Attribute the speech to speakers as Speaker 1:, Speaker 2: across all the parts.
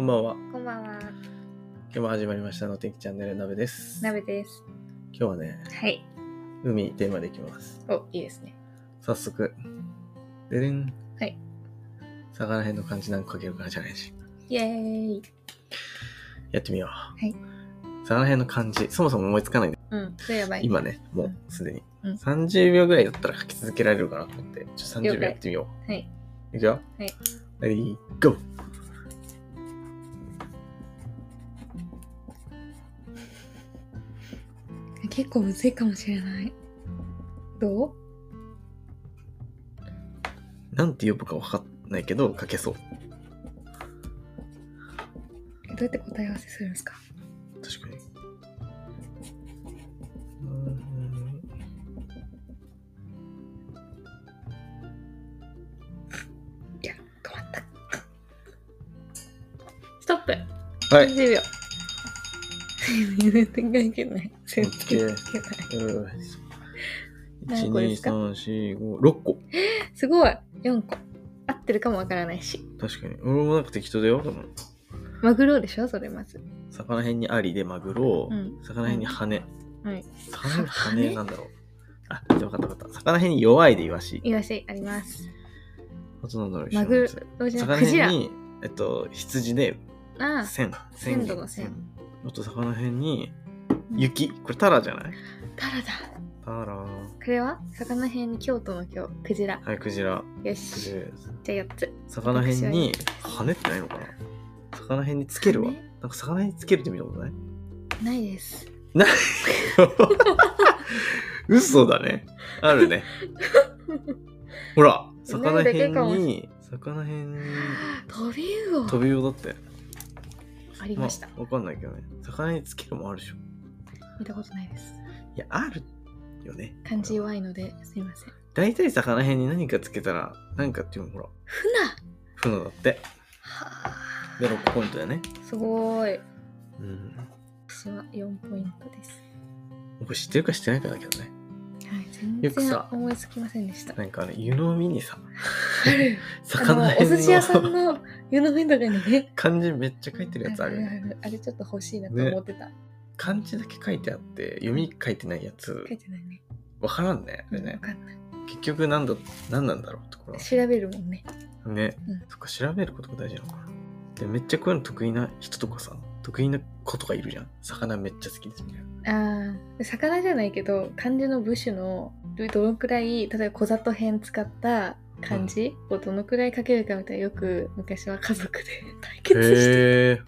Speaker 1: んばんは。
Speaker 2: こんばんは。
Speaker 1: 今日も始まりましたの天気チャンネルなべです。
Speaker 2: なべです。
Speaker 1: 今日はね、
Speaker 2: はい。
Speaker 1: 海テーマでいきます。
Speaker 2: お、いいですね。
Speaker 1: 早速。ででん。
Speaker 2: はい。
Speaker 1: 魚編の漢字何個書けるかチャレンジ。
Speaker 2: イエーイ。
Speaker 1: やってみよう。
Speaker 2: い
Speaker 1: 魚編の漢字、そもそも思いつかないんで、
Speaker 2: うん、それやばい。
Speaker 1: 今ね、もうすでに。
Speaker 2: うん
Speaker 1: 30秒ぐらいだったら書き続けられるかなと思って、ちょっと30秒やってみよ
Speaker 2: はい。
Speaker 1: う。いくよ。
Speaker 2: はい。
Speaker 1: レディー、ゴー
Speaker 2: 結構むずいかもしれない。どう
Speaker 1: なんて呼ぶか分かんないけど、書けそう。
Speaker 2: えどうやって答え合わせするんですか
Speaker 1: 確かに。うん
Speaker 2: いや、止まった。ストップ
Speaker 1: は
Speaker 2: !30 秒。全然いけない。全然いけない。
Speaker 1: 一
Speaker 2: 何個で
Speaker 1: 二
Speaker 2: すか
Speaker 1: 三四五六個
Speaker 2: すごい !4 個。合ってるかもわからないし。
Speaker 1: 確かに俺もなんか適当だよでも
Speaker 2: マグロでしょそれまず。
Speaker 1: 魚辺にアリでマグロ、
Speaker 2: うん
Speaker 1: 魚辺に羽
Speaker 2: はい。
Speaker 1: 魚辺に羽
Speaker 2: 羽
Speaker 1: なんだろうあで分かった分かった魚辺に弱いでイワシ
Speaker 2: イワシあります。
Speaker 1: あとなんだろう
Speaker 2: マグロ
Speaker 1: 一緒のや、
Speaker 2: どうじ
Speaker 1: つ
Speaker 2: ゃ
Speaker 1: 魚
Speaker 2: ク
Speaker 1: 辺
Speaker 2: ジラ。
Speaker 1: にえっと羊で
Speaker 2: ああ、
Speaker 1: 千
Speaker 2: 鮮度の鮮
Speaker 1: あと魚辺に雪これタラじゃない
Speaker 2: タラだ。
Speaker 1: タラは
Speaker 2: これは魚辺に京都の京、クジラ。
Speaker 1: いクジラ
Speaker 2: よ
Speaker 1: ク
Speaker 2: し。
Speaker 1: ジラ
Speaker 2: じゃあ4つ。
Speaker 1: 魚辺に羽ってないのかな魚辺につけるわ
Speaker 2: 羽
Speaker 1: なんか魚辺につけるって見たことない
Speaker 2: ないです。
Speaker 1: 嘘だねある ねほら魚
Speaker 2: ないだ
Speaker 1: 辺
Speaker 2: けかもしれな
Speaker 1: に魚辺に
Speaker 2: トビウオ
Speaker 1: 飛びよだって
Speaker 2: ありました。
Speaker 1: あ、わかんないけどね魚辺につけるもあるでしょ
Speaker 2: 見たことないです。
Speaker 1: いやあるよね
Speaker 2: 漢字弱いのですいません。
Speaker 1: 大体魚辺に何かつけたら何かっていうのほら
Speaker 2: 船
Speaker 1: 船だって
Speaker 2: は
Speaker 1: で6ポイントだよね
Speaker 2: あ。すごーい。
Speaker 1: うん
Speaker 2: 私は4ポイントです。
Speaker 1: 僕知ってるか知ってないかだけどね
Speaker 2: はい、全
Speaker 1: よく
Speaker 2: 然
Speaker 1: さ
Speaker 2: 思いつきませんで した。
Speaker 1: なんかあの湯飲みにさ
Speaker 2: あるあ
Speaker 1: 魚
Speaker 2: のお
Speaker 1: 辺の
Speaker 2: 寿司屋さんの湯の面とかにね。
Speaker 1: 漢字めっちゃ書いてるやつあるよ
Speaker 2: あ
Speaker 1: ね
Speaker 2: るあれちょっと欲しいなと思ってた。
Speaker 1: 漢字だけ書いてあって読み書いてないやつ
Speaker 2: 書いてないね。
Speaker 1: わからんねあれ
Speaker 2: わ
Speaker 1: ね
Speaker 2: かんない。
Speaker 1: 結局何だ何なんだろうところ
Speaker 2: 調べるもんね。
Speaker 1: ね、
Speaker 2: うん
Speaker 1: そっか調べることが大事なのかなでめっちゃこういうの得意な人とかさ得意な子とかいるじゃん魚めっちゃ好きですみたいな
Speaker 2: ああ魚じゃないけど漢字の部首のどのくらい例えば小里編使った漢字をどのくらい書けるかみたいなよく昔は家族で 対決して
Speaker 1: へえ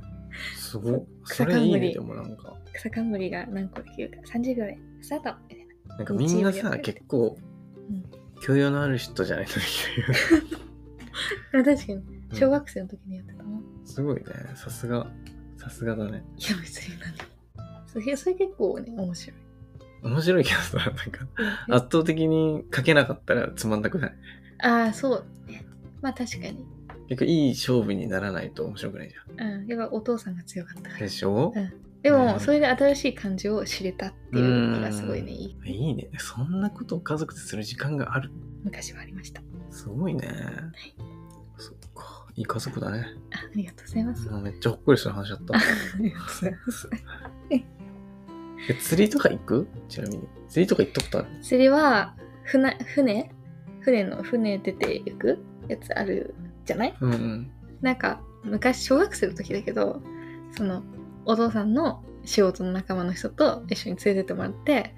Speaker 1: すご っそ
Speaker 2: 草
Speaker 1: れいいね
Speaker 2: 冠
Speaker 1: でもなんか
Speaker 2: 草冠が何個できるか30秒でスタートみたいな
Speaker 1: なんかみんなさ
Speaker 2: 日曜日やってる
Speaker 1: 結構、
Speaker 2: ん
Speaker 1: 教養のある人じゃないとできるよね
Speaker 2: あ確かに
Speaker 1: うん
Speaker 2: 小学生の時にやってたの、い
Speaker 1: すごいねさすがさすがだね
Speaker 2: や別に何でもそれそれ結構ね面白い
Speaker 1: 面白いけどさなんか圧倒的に書けなかったらつまんなくない
Speaker 2: ああそうねまあ確かに
Speaker 1: 結構いい勝負にならないと面白くないじゃ
Speaker 2: うんやっぱお父さんが強かったか
Speaker 1: ん。
Speaker 2: ら
Speaker 1: でしょ、
Speaker 2: うんでも、
Speaker 1: うん
Speaker 2: それで新しい漢字を知れたっていうのがすごいねいい
Speaker 1: いいね。そんなことを家族でする時間がある。
Speaker 2: 昔はありました
Speaker 1: すごいね。そっか。いい家族だね。
Speaker 2: あありがとうございます
Speaker 1: もうめっちゃほっこりする話だった。
Speaker 2: ありがとうございます
Speaker 1: え釣りとか行くちなみに。釣りとか行ったことある
Speaker 2: 釣りは船船船の船出ていくやつあるじゃない
Speaker 1: うんうん。
Speaker 2: なんか昔小学生の時だけどそのお父さんの仕事の仲間の人と一緒に連れてってもらって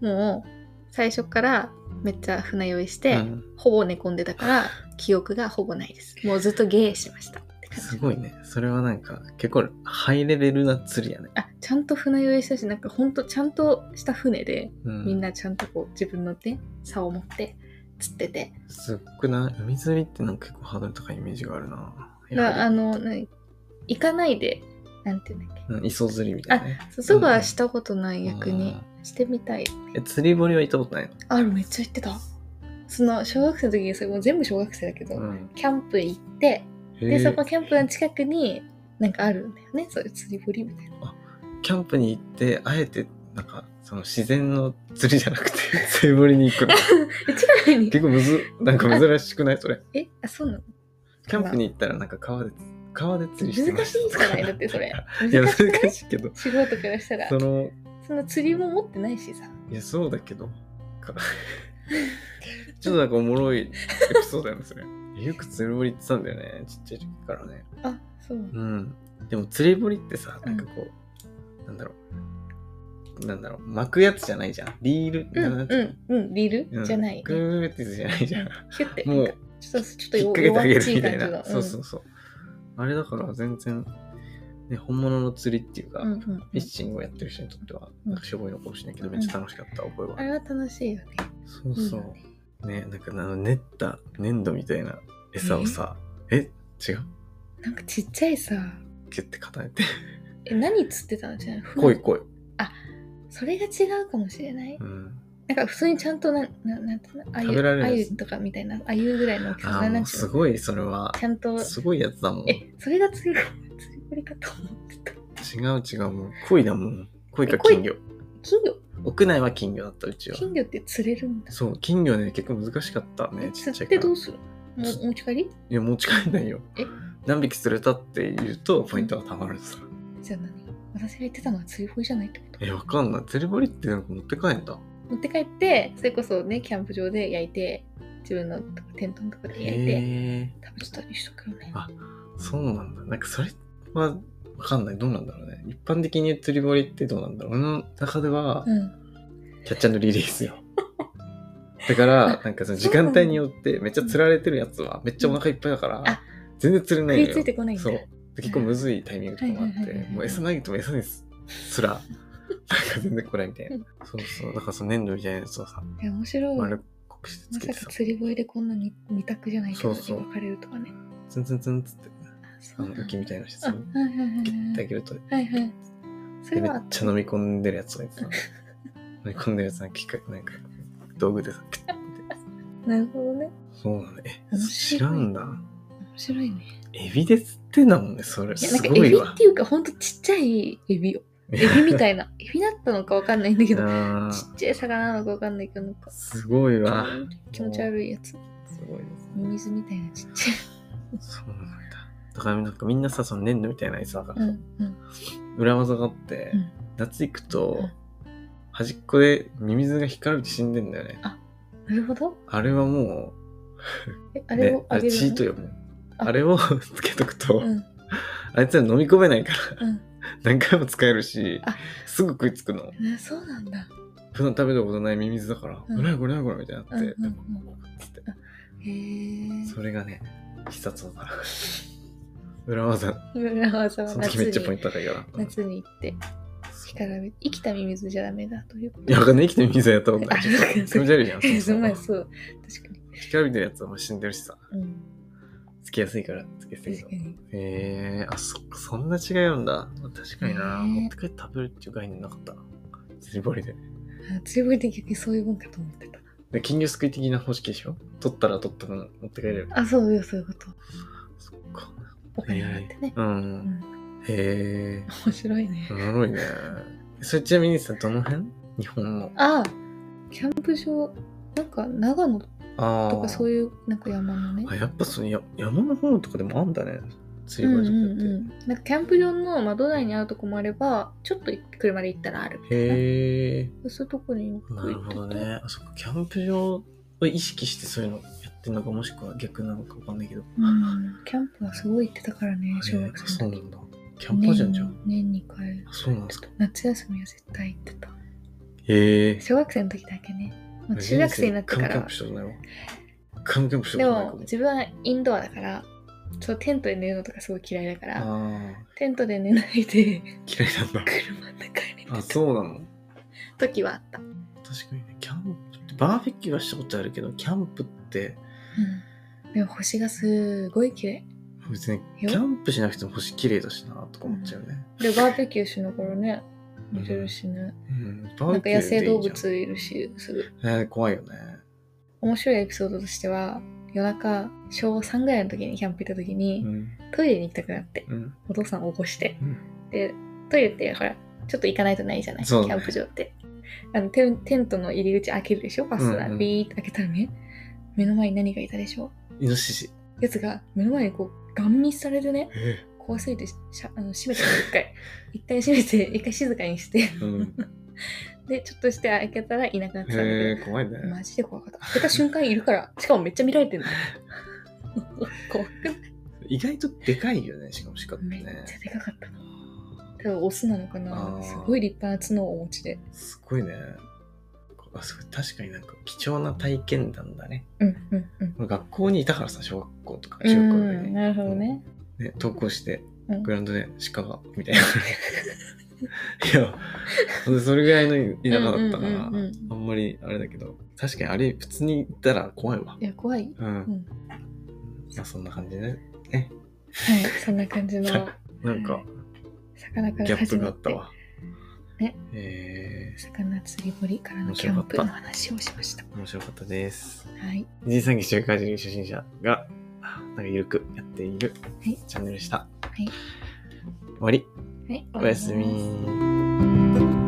Speaker 2: もう最初からめっちゃ船酔いして、
Speaker 1: うん
Speaker 2: ほぼ寝込んでたから記憶がほぼないですもうずっとゲーしましたって感
Speaker 1: す
Speaker 2: じ
Speaker 1: ごいね。それはなんか結構ハイレベルな釣りやね。
Speaker 2: あちゃんと船酔いしたしなんかほんとちゃんとした船で
Speaker 1: う
Speaker 2: みん。なちゃんとこう自分の手竿を持って釣ってて
Speaker 1: すっごいな。海釣りってなんか結構ハードル高いイメージがあるな。や
Speaker 2: だからあ
Speaker 1: は
Speaker 2: の何行かないでなんていうんだっけ
Speaker 1: りうん、磯釣りみたいなね。
Speaker 2: そばはしたことない逆に
Speaker 1: う
Speaker 2: してみたい
Speaker 1: え釣り堀は行ったことないの
Speaker 2: あるめっちゃ行ってたその小学生の時にそれもう全部小学生だけど、
Speaker 1: うん。
Speaker 2: キャンプ行って
Speaker 1: へ
Speaker 2: で
Speaker 1: え
Speaker 2: そこキャンプの近くになんかあるんだよねそういう釣り堀みたいな
Speaker 1: キャンプに行って、あえて、なんか、その自然の釣りじゃなくて、 釣り堀に行く の。
Speaker 2: え近くに
Speaker 1: 結構むず、なんか珍しくないそれ。
Speaker 2: えあそうなの
Speaker 1: キャンプに行ったら、なんか川で川で釣りしてま
Speaker 2: 難し
Speaker 1: した
Speaker 2: いんじゃないだってそれ
Speaker 1: いや
Speaker 2: 難しくない
Speaker 1: 難しいけど
Speaker 2: 素人からした ら
Speaker 1: その
Speaker 2: そんな釣りも持ってないしさ
Speaker 1: いやそうだけど かちょっとなんかおもろいエピソードなんですね よく釣り堀行ってたんだよねちっちゃい時からね
Speaker 2: あそう
Speaker 1: うんでも釣り堀ってさなんかこう、なんだろうなんだろう巻くやつじゃないじゃんリール、
Speaker 2: う
Speaker 1: なん
Speaker 2: ん
Speaker 1: ていうの
Speaker 2: うんうんリ
Speaker 1: う
Speaker 2: ール
Speaker 1: ん
Speaker 2: じゃない
Speaker 1: グーグーってやつじゃないじゃん
Speaker 2: ヒュッて
Speaker 1: も
Speaker 2: な
Speaker 1: うん
Speaker 2: かちょっとちょっと
Speaker 1: 引っ
Speaker 2: よ
Speaker 1: 掛けてあげるみたい
Speaker 2: 弱
Speaker 1: な、
Speaker 2: っち
Speaker 1: そうそううそうあれだから全然、ね、本物の釣りっていうか、
Speaker 2: んうんうん
Speaker 1: フィッシングをやってる人にとっては
Speaker 2: うん
Speaker 1: なんかしょぼいのかもしれないけど、めっちゃ楽しかった覚えは、
Speaker 2: あれは楽しいよね
Speaker 1: そう
Speaker 2: いい
Speaker 1: そ
Speaker 2: よ
Speaker 1: う
Speaker 2: ね
Speaker 1: ねなんかあの練った粘土みたいな餌をさえ違う
Speaker 2: なんかちっちゃいさ
Speaker 1: キュッて固めて
Speaker 2: え何釣ってたのじゃ
Speaker 1: 濃い濃い、
Speaker 2: それが違うかもしれない
Speaker 1: うん、
Speaker 2: なんか普通にちゃんとなんなんなんていうのあゆ
Speaker 1: 食べられる
Speaker 2: あ
Speaker 1: や
Speaker 2: ゆ
Speaker 1: つ
Speaker 2: とかみたいなあゆぐらいの大きさ
Speaker 1: あ
Speaker 2: な
Speaker 1: ーも
Speaker 2: なん
Speaker 1: う
Speaker 2: ていう
Speaker 1: す
Speaker 2: の
Speaker 1: ごいそれは
Speaker 2: ちゃんと
Speaker 1: すごいやつだもん違う
Speaker 2: えそれが釣り釣り堀かと思ってた
Speaker 1: 違うもう鯉だもん鯉か
Speaker 2: え鯉
Speaker 1: 金魚
Speaker 2: 金魚
Speaker 1: 屋内は金魚だったうちは
Speaker 2: 金魚って釣れるんだ
Speaker 1: そう金魚ね結構難しかったねちっちゃ
Speaker 2: 釣っ
Speaker 1: いか
Speaker 2: て
Speaker 1: ら
Speaker 2: どう
Speaker 1: い
Speaker 2: するのもうお持ち帰り
Speaker 1: や持ち帰んないよ
Speaker 2: え
Speaker 1: 何匹釣れたって言うとポイントがたまるさ
Speaker 2: じゃあ何私が言ってたのは釣り堀じゃないってこと
Speaker 1: えわかんない釣り堀ってなんか持って帰んだ
Speaker 2: 持って帰ってそれこそねキャンプ場で焼いて自分のとこテントのとこで焼いて
Speaker 1: へえ
Speaker 2: 食べてたりしとくよね
Speaker 1: あそうなんだ。なんかそれはわかんない。どうなんだろうね。一般的に釣り堀ってどうなんだろう。俺の中では
Speaker 2: うん
Speaker 1: キャッチャーのリリースよ。 だから、なんかその時間帯によってめっちゃ釣られてるやつはめっちゃお腹いっぱいだから
Speaker 2: あ、
Speaker 1: 全然釣れないの
Speaker 2: 食い
Speaker 1: よ。
Speaker 2: ついてこないんだ
Speaker 1: そう。で結構むずいタイミングとかもあ
Speaker 2: は
Speaker 1: っ
Speaker 2: いはいはい
Speaker 1: て
Speaker 2: は、い
Speaker 1: もう餌投げても餌ですすら、なんか全然来ないみたいな。 そうそう。だからその粘土みたいなやつをさ、
Speaker 2: え面白い
Speaker 1: 丸っこくしてつ
Speaker 2: ま
Speaker 1: け
Speaker 2: さ
Speaker 1: てさ
Speaker 2: か、釣り堀でこんなに二択じゃないけど
Speaker 1: そうそう
Speaker 2: 分かれるとかね
Speaker 1: ツンツンツンっつって、
Speaker 2: あ
Speaker 1: あ
Speaker 2: そう
Speaker 1: の
Speaker 2: なんだ
Speaker 1: 浮きみたいなのして
Speaker 2: あ
Speaker 1: さ
Speaker 2: は、いはいはい
Speaker 1: ギュッて
Speaker 2: は
Speaker 1: あ
Speaker 2: い
Speaker 1: げると
Speaker 2: はいはいそ
Speaker 1: で
Speaker 2: れ
Speaker 1: めっ
Speaker 2: は
Speaker 1: ちゃ飲み込んでるやつがいてさ飲み込んでるやつなんか機械なんか道具でさキュッて
Speaker 2: なるほどね
Speaker 1: そうなんだえ
Speaker 2: 面白
Speaker 1: 知
Speaker 2: い
Speaker 1: らんだ
Speaker 2: 面白いね
Speaker 1: エビで釣ってんだもんねそれ
Speaker 2: いや
Speaker 1: す
Speaker 2: なんかエ
Speaker 1: ごい
Speaker 2: ビっ
Speaker 1: わ
Speaker 2: ていうかほんとちっちゃいエビよエビみたいなエビだったのか分かんないんだけどち
Speaker 1: あー
Speaker 2: っちゃい魚なのか分かんないけどなんか
Speaker 1: すごいわ
Speaker 2: 気持ち悪いやつ
Speaker 1: すごいです
Speaker 2: ミ
Speaker 1: ね
Speaker 2: ミズみたいなちっちゃい
Speaker 1: そうなんだだからなんかみんなさその粘土みたいなやつさ、
Speaker 2: うんうん
Speaker 1: 裏技があって、
Speaker 2: うん
Speaker 1: 夏行くと、端っこでミミズが光るって死んでんだよね
Speaker 2: なるほど
Speaker 1: あれはも
Speaker 2: え
Speaker 1: う
Speaker 2: あれ
Speaker 1: ね
Speaker 2: を
Speaker 1: あ
Speaker 2: あげ
Speaker 1: れ
Speaker 2: るの
Speaker 1: チートよもう
Speaker 2: あ
Speaker 1: あれをつけとくと、
Speaker 2: うんうん
Speaker 1: あいつら飲み込めないから何回も使えるし
Speaker 2: あ
Speaker 1: すぐ食いつくの
Speaker 2: うんそうなんだ
Speaker 1: 普段食べたことないミミズだから「
Speaker 2: うん
Speaker 1: なにこれなにこれ」みたいになって、
Speaker 2: うんうんうん
Speaker 1: こうつって
Speaker 2: へえ
Speaker 1: それがね必殺技裏技
Speaker 2: 村技は
Speaker 1: その時めっち
Speaker 2: 夏
Speaker 1: ゃポイ
Speaker 2: に
Speaker 1: ント高いからうん
Speaker 2: 夏に行って干からび生きたミミズじゃダメだということ
Speaker 1: いやわかんない生きてるミミズはやったことな
Speaker 2: あ
Speaker 1: い
Speaker 2: そ
Speaker 1: 気
Speaker 2: うか
Speaker 1: 持ち悪いじゃんそうそ
Speaker 2: ま あ
Speaker 1: う
Speaker 2: そう確かに
Speaker 1: 光るやつはもう死んでるしさ
Speaker 2: うん
Speaker 1: つきやすいからつけやすい
Speaker 2: 確
Speaker 1: の
Speaker 2: かに
Speaker 1: へえー、あそっかそんな違いあるんだ確かにな、
Speaker 2: ねえ
Speaker 1: 持って帰って食べるっていう概念なかったな釣り堀で
Speaker 2: あ強いで逆にそういう文化と思ってた
Speaker 1: で金魚すくい的な方式でしょ取ったら取った分持って帰れる
Speaker 2: あそうよそういうこと
Speaker 1: そっか
Speaker 2: お金払ってね
Speaker 1: う。
Speaker 2: うんん
Speaker 1: へえ。
Speaker 2: 面白いね
Speaker 1: おもろいね。それちなみにさ、どの辺日本の。
Speaker 2: あキャンプ場なんか長野
Speaker 1: ああ。
Speaker 2: とかそういうなんか山のね
Speaker 1: あやっぱそのや山の方とかでもあんだね。釣
Speaker 2: う
Speaker 1: り
Speaker 2: ん
Speaker 1: 堀
Speaker 2: う
Speaker 1: と
Speaker 2: ん
Speaker 1: かって。
Speaker 2: うん、なんかキャンプ場の窓内にあるとこもあればちょっと車で行ったらあるみたいな
Speaker 1: へえ。
Speaker 2: そういうとこによく
Speaker 1: なる
Speaker 2: 行っ
Speaker 1: ほ
Speaker 2: て
Speaker 1: どね。あそっか、キャンプ場を意識してそういうのやってんのか、もしくは逆なのかわかんないけど。
Speaker 2: うん、キャンプはすごい行ってたからね小学
Speaker 1: へえそ
Speaker 2: 生
Speaker 1: うな
Speaker 2: の時
Speaker 1: んだ。キャンパーじゃんじゃん。
Speaker 2: 年に年2回
Speaker 1: あそうなんですか。
Speaker 2: 夏休みは絶対行ってた
Speaker 1: へえ。
Speaker 2: 小学生の時だけねもう中学生になってか
Speaker 1: カムキ
Speaker 2: ら
Speaker 1: ャンプしたことないわ。カムキャンプしたこ
Speaker 2: で
Speaker 1: とないか
Speaker 2: も
Speaker 1: も。
Speaker 2: 自分はインドアだからそうテントで寝るのとかすごい嫌いだから
Speaker 1: ああ
Speaker 2: テントで寝ないで
Speaker 1: ー、嫌いなんだ。
Speaker 2: 車
Speaker 1: あ、
Speaker 2: の中に寝てた
Speaker 1: そうなの
Speaker 2: 時はあった、うん、
Speaker 1: 確かにねキャンプってバーベキューはしたことあるけどキャンプって
Speaker 2: でも星がすごい綺麗
Speaker 1: 別にキ
Speaker 2: よ
Speaker 1: ャンプしなくても星綺麗だしなとか思っちゃうね、
Speaker 2: でバーベキューしながらね見れるしね、
Speaker 1: うん、バー
Speaker 2: なんか
Speaker 1: ベキュ
Speaker 2: 野
Speaker 1: ーで
Speaker 2: 生動
Speaker 1: いいじ
Speaker 2: 物いるしすぐ
Speaker 1: ゃん、えー怖いよね
Speaker 2: 面白いエピソードとしては夜中小3ぐらいの時にキャンプ行った時
Speaker 1: う
Speaker 2: に、
Speaker 1: ん
Speaker 2: トイレに行きたくなって
Speaker 1: うん
Speaker 2: お父さんを起こして、
Speaker 1: うん
Speaker 2: でトイレってほらちょっと行かないとないじゃない、
Speaker 1: そう
Speaker 2: キ
Speaker 1: だ
Speaker 2: ャン
Speaker 1: ね
Speaker 2: プ場ってあのテンテントの入り口開けるでしょファスナ
Speaker 1: うんう
Speaker 2: ー
Speaker 1: ん
Speaker 2: ビーって開けたらね目の前に何がいたでしょ
Speaker 1: イノシシ
Speaker 2: やつが目の前にこうガン見されるね
Speaker 1: え
Speaker 2: 怖すぎてしゃあの閉めて一回一回閉めて一回静かにして
Speaker 1: うん、
Speaker 2: でちょっとして開けたらいなくなってたんだけど
Speaker 1: へえ怖いね、
Speaker 2: マジで怖かった。開けた瞬間いるから、しかもめっちゃ見ら れてるの。怖くない
Speaker 1: 意外とでかいよねしかもしかって
Speaker 2: めっちゃ
Speaker 1: ね
Speaker 2: でかかった。多分オスなのか
Speaker 1: あ
Speaker 2: な。
Speaker 1: ー
Speaker 2: すごい立派な角をお持ちで。
Speaker 1: すごいねあすごい確かになんか貴重な体験談だね
Speaker 2: うんうんうん。
Speaker 1: 学校にいたからさ小学校とか中学校で、ね
Speaker 2: うんなるほどね。
Speaker 1: ね、登校して、
Speaker 2: うん
Speaker 1: グラウンドで鹿が、みたいな。 いや、ほんとそれぐらいの田舎だったから、
Speaker 2: うんうんうんうん
Speaker 1: あんまりあれだけど、確かにあれ、普通に行ったら怖いわ。
Speaker 2: いや、怖い。
Speaker 1: うん。
Speaker 2: ん
Speaker 1: まあ、そんな感じね。
Speaker 2: はい、そんな感 じの
Speaker 1: なんか、
Speaker 2: 魚か
Speaker 1: ギ
Speaker 2: ら
Speaker 1: ャッ
Speaker 2: 始
Speaker 1: プが
Speaker 2: ま
Speaker 1: あ
Speaker 2: っ
Speaker 1: った
Speaker 2: て、
Speaker 1: わ。
Speaker 2: ね
Speaker 1: え
Speaker 2: 魚釣り堀からの
Speaker 1: 面
Speaker 2: キャ
Speaker 1: 白か
Speaker 2: ン
Speaker 1: った
Speaker 2: プの話をしました。
Speaker 1: ー、面白かったです。
Speaker 2: はい、
Speaker 1: 二次三期周回人初心者が、なんかゆるくやっている
Speaker 2: い
Speaker 1: チャンネルでした。
Speaker 2: い
Speaker 1: 終わり。
Speaker 2: はい、
Speaker 1: おやすみ。
Speaker 2: 終わります。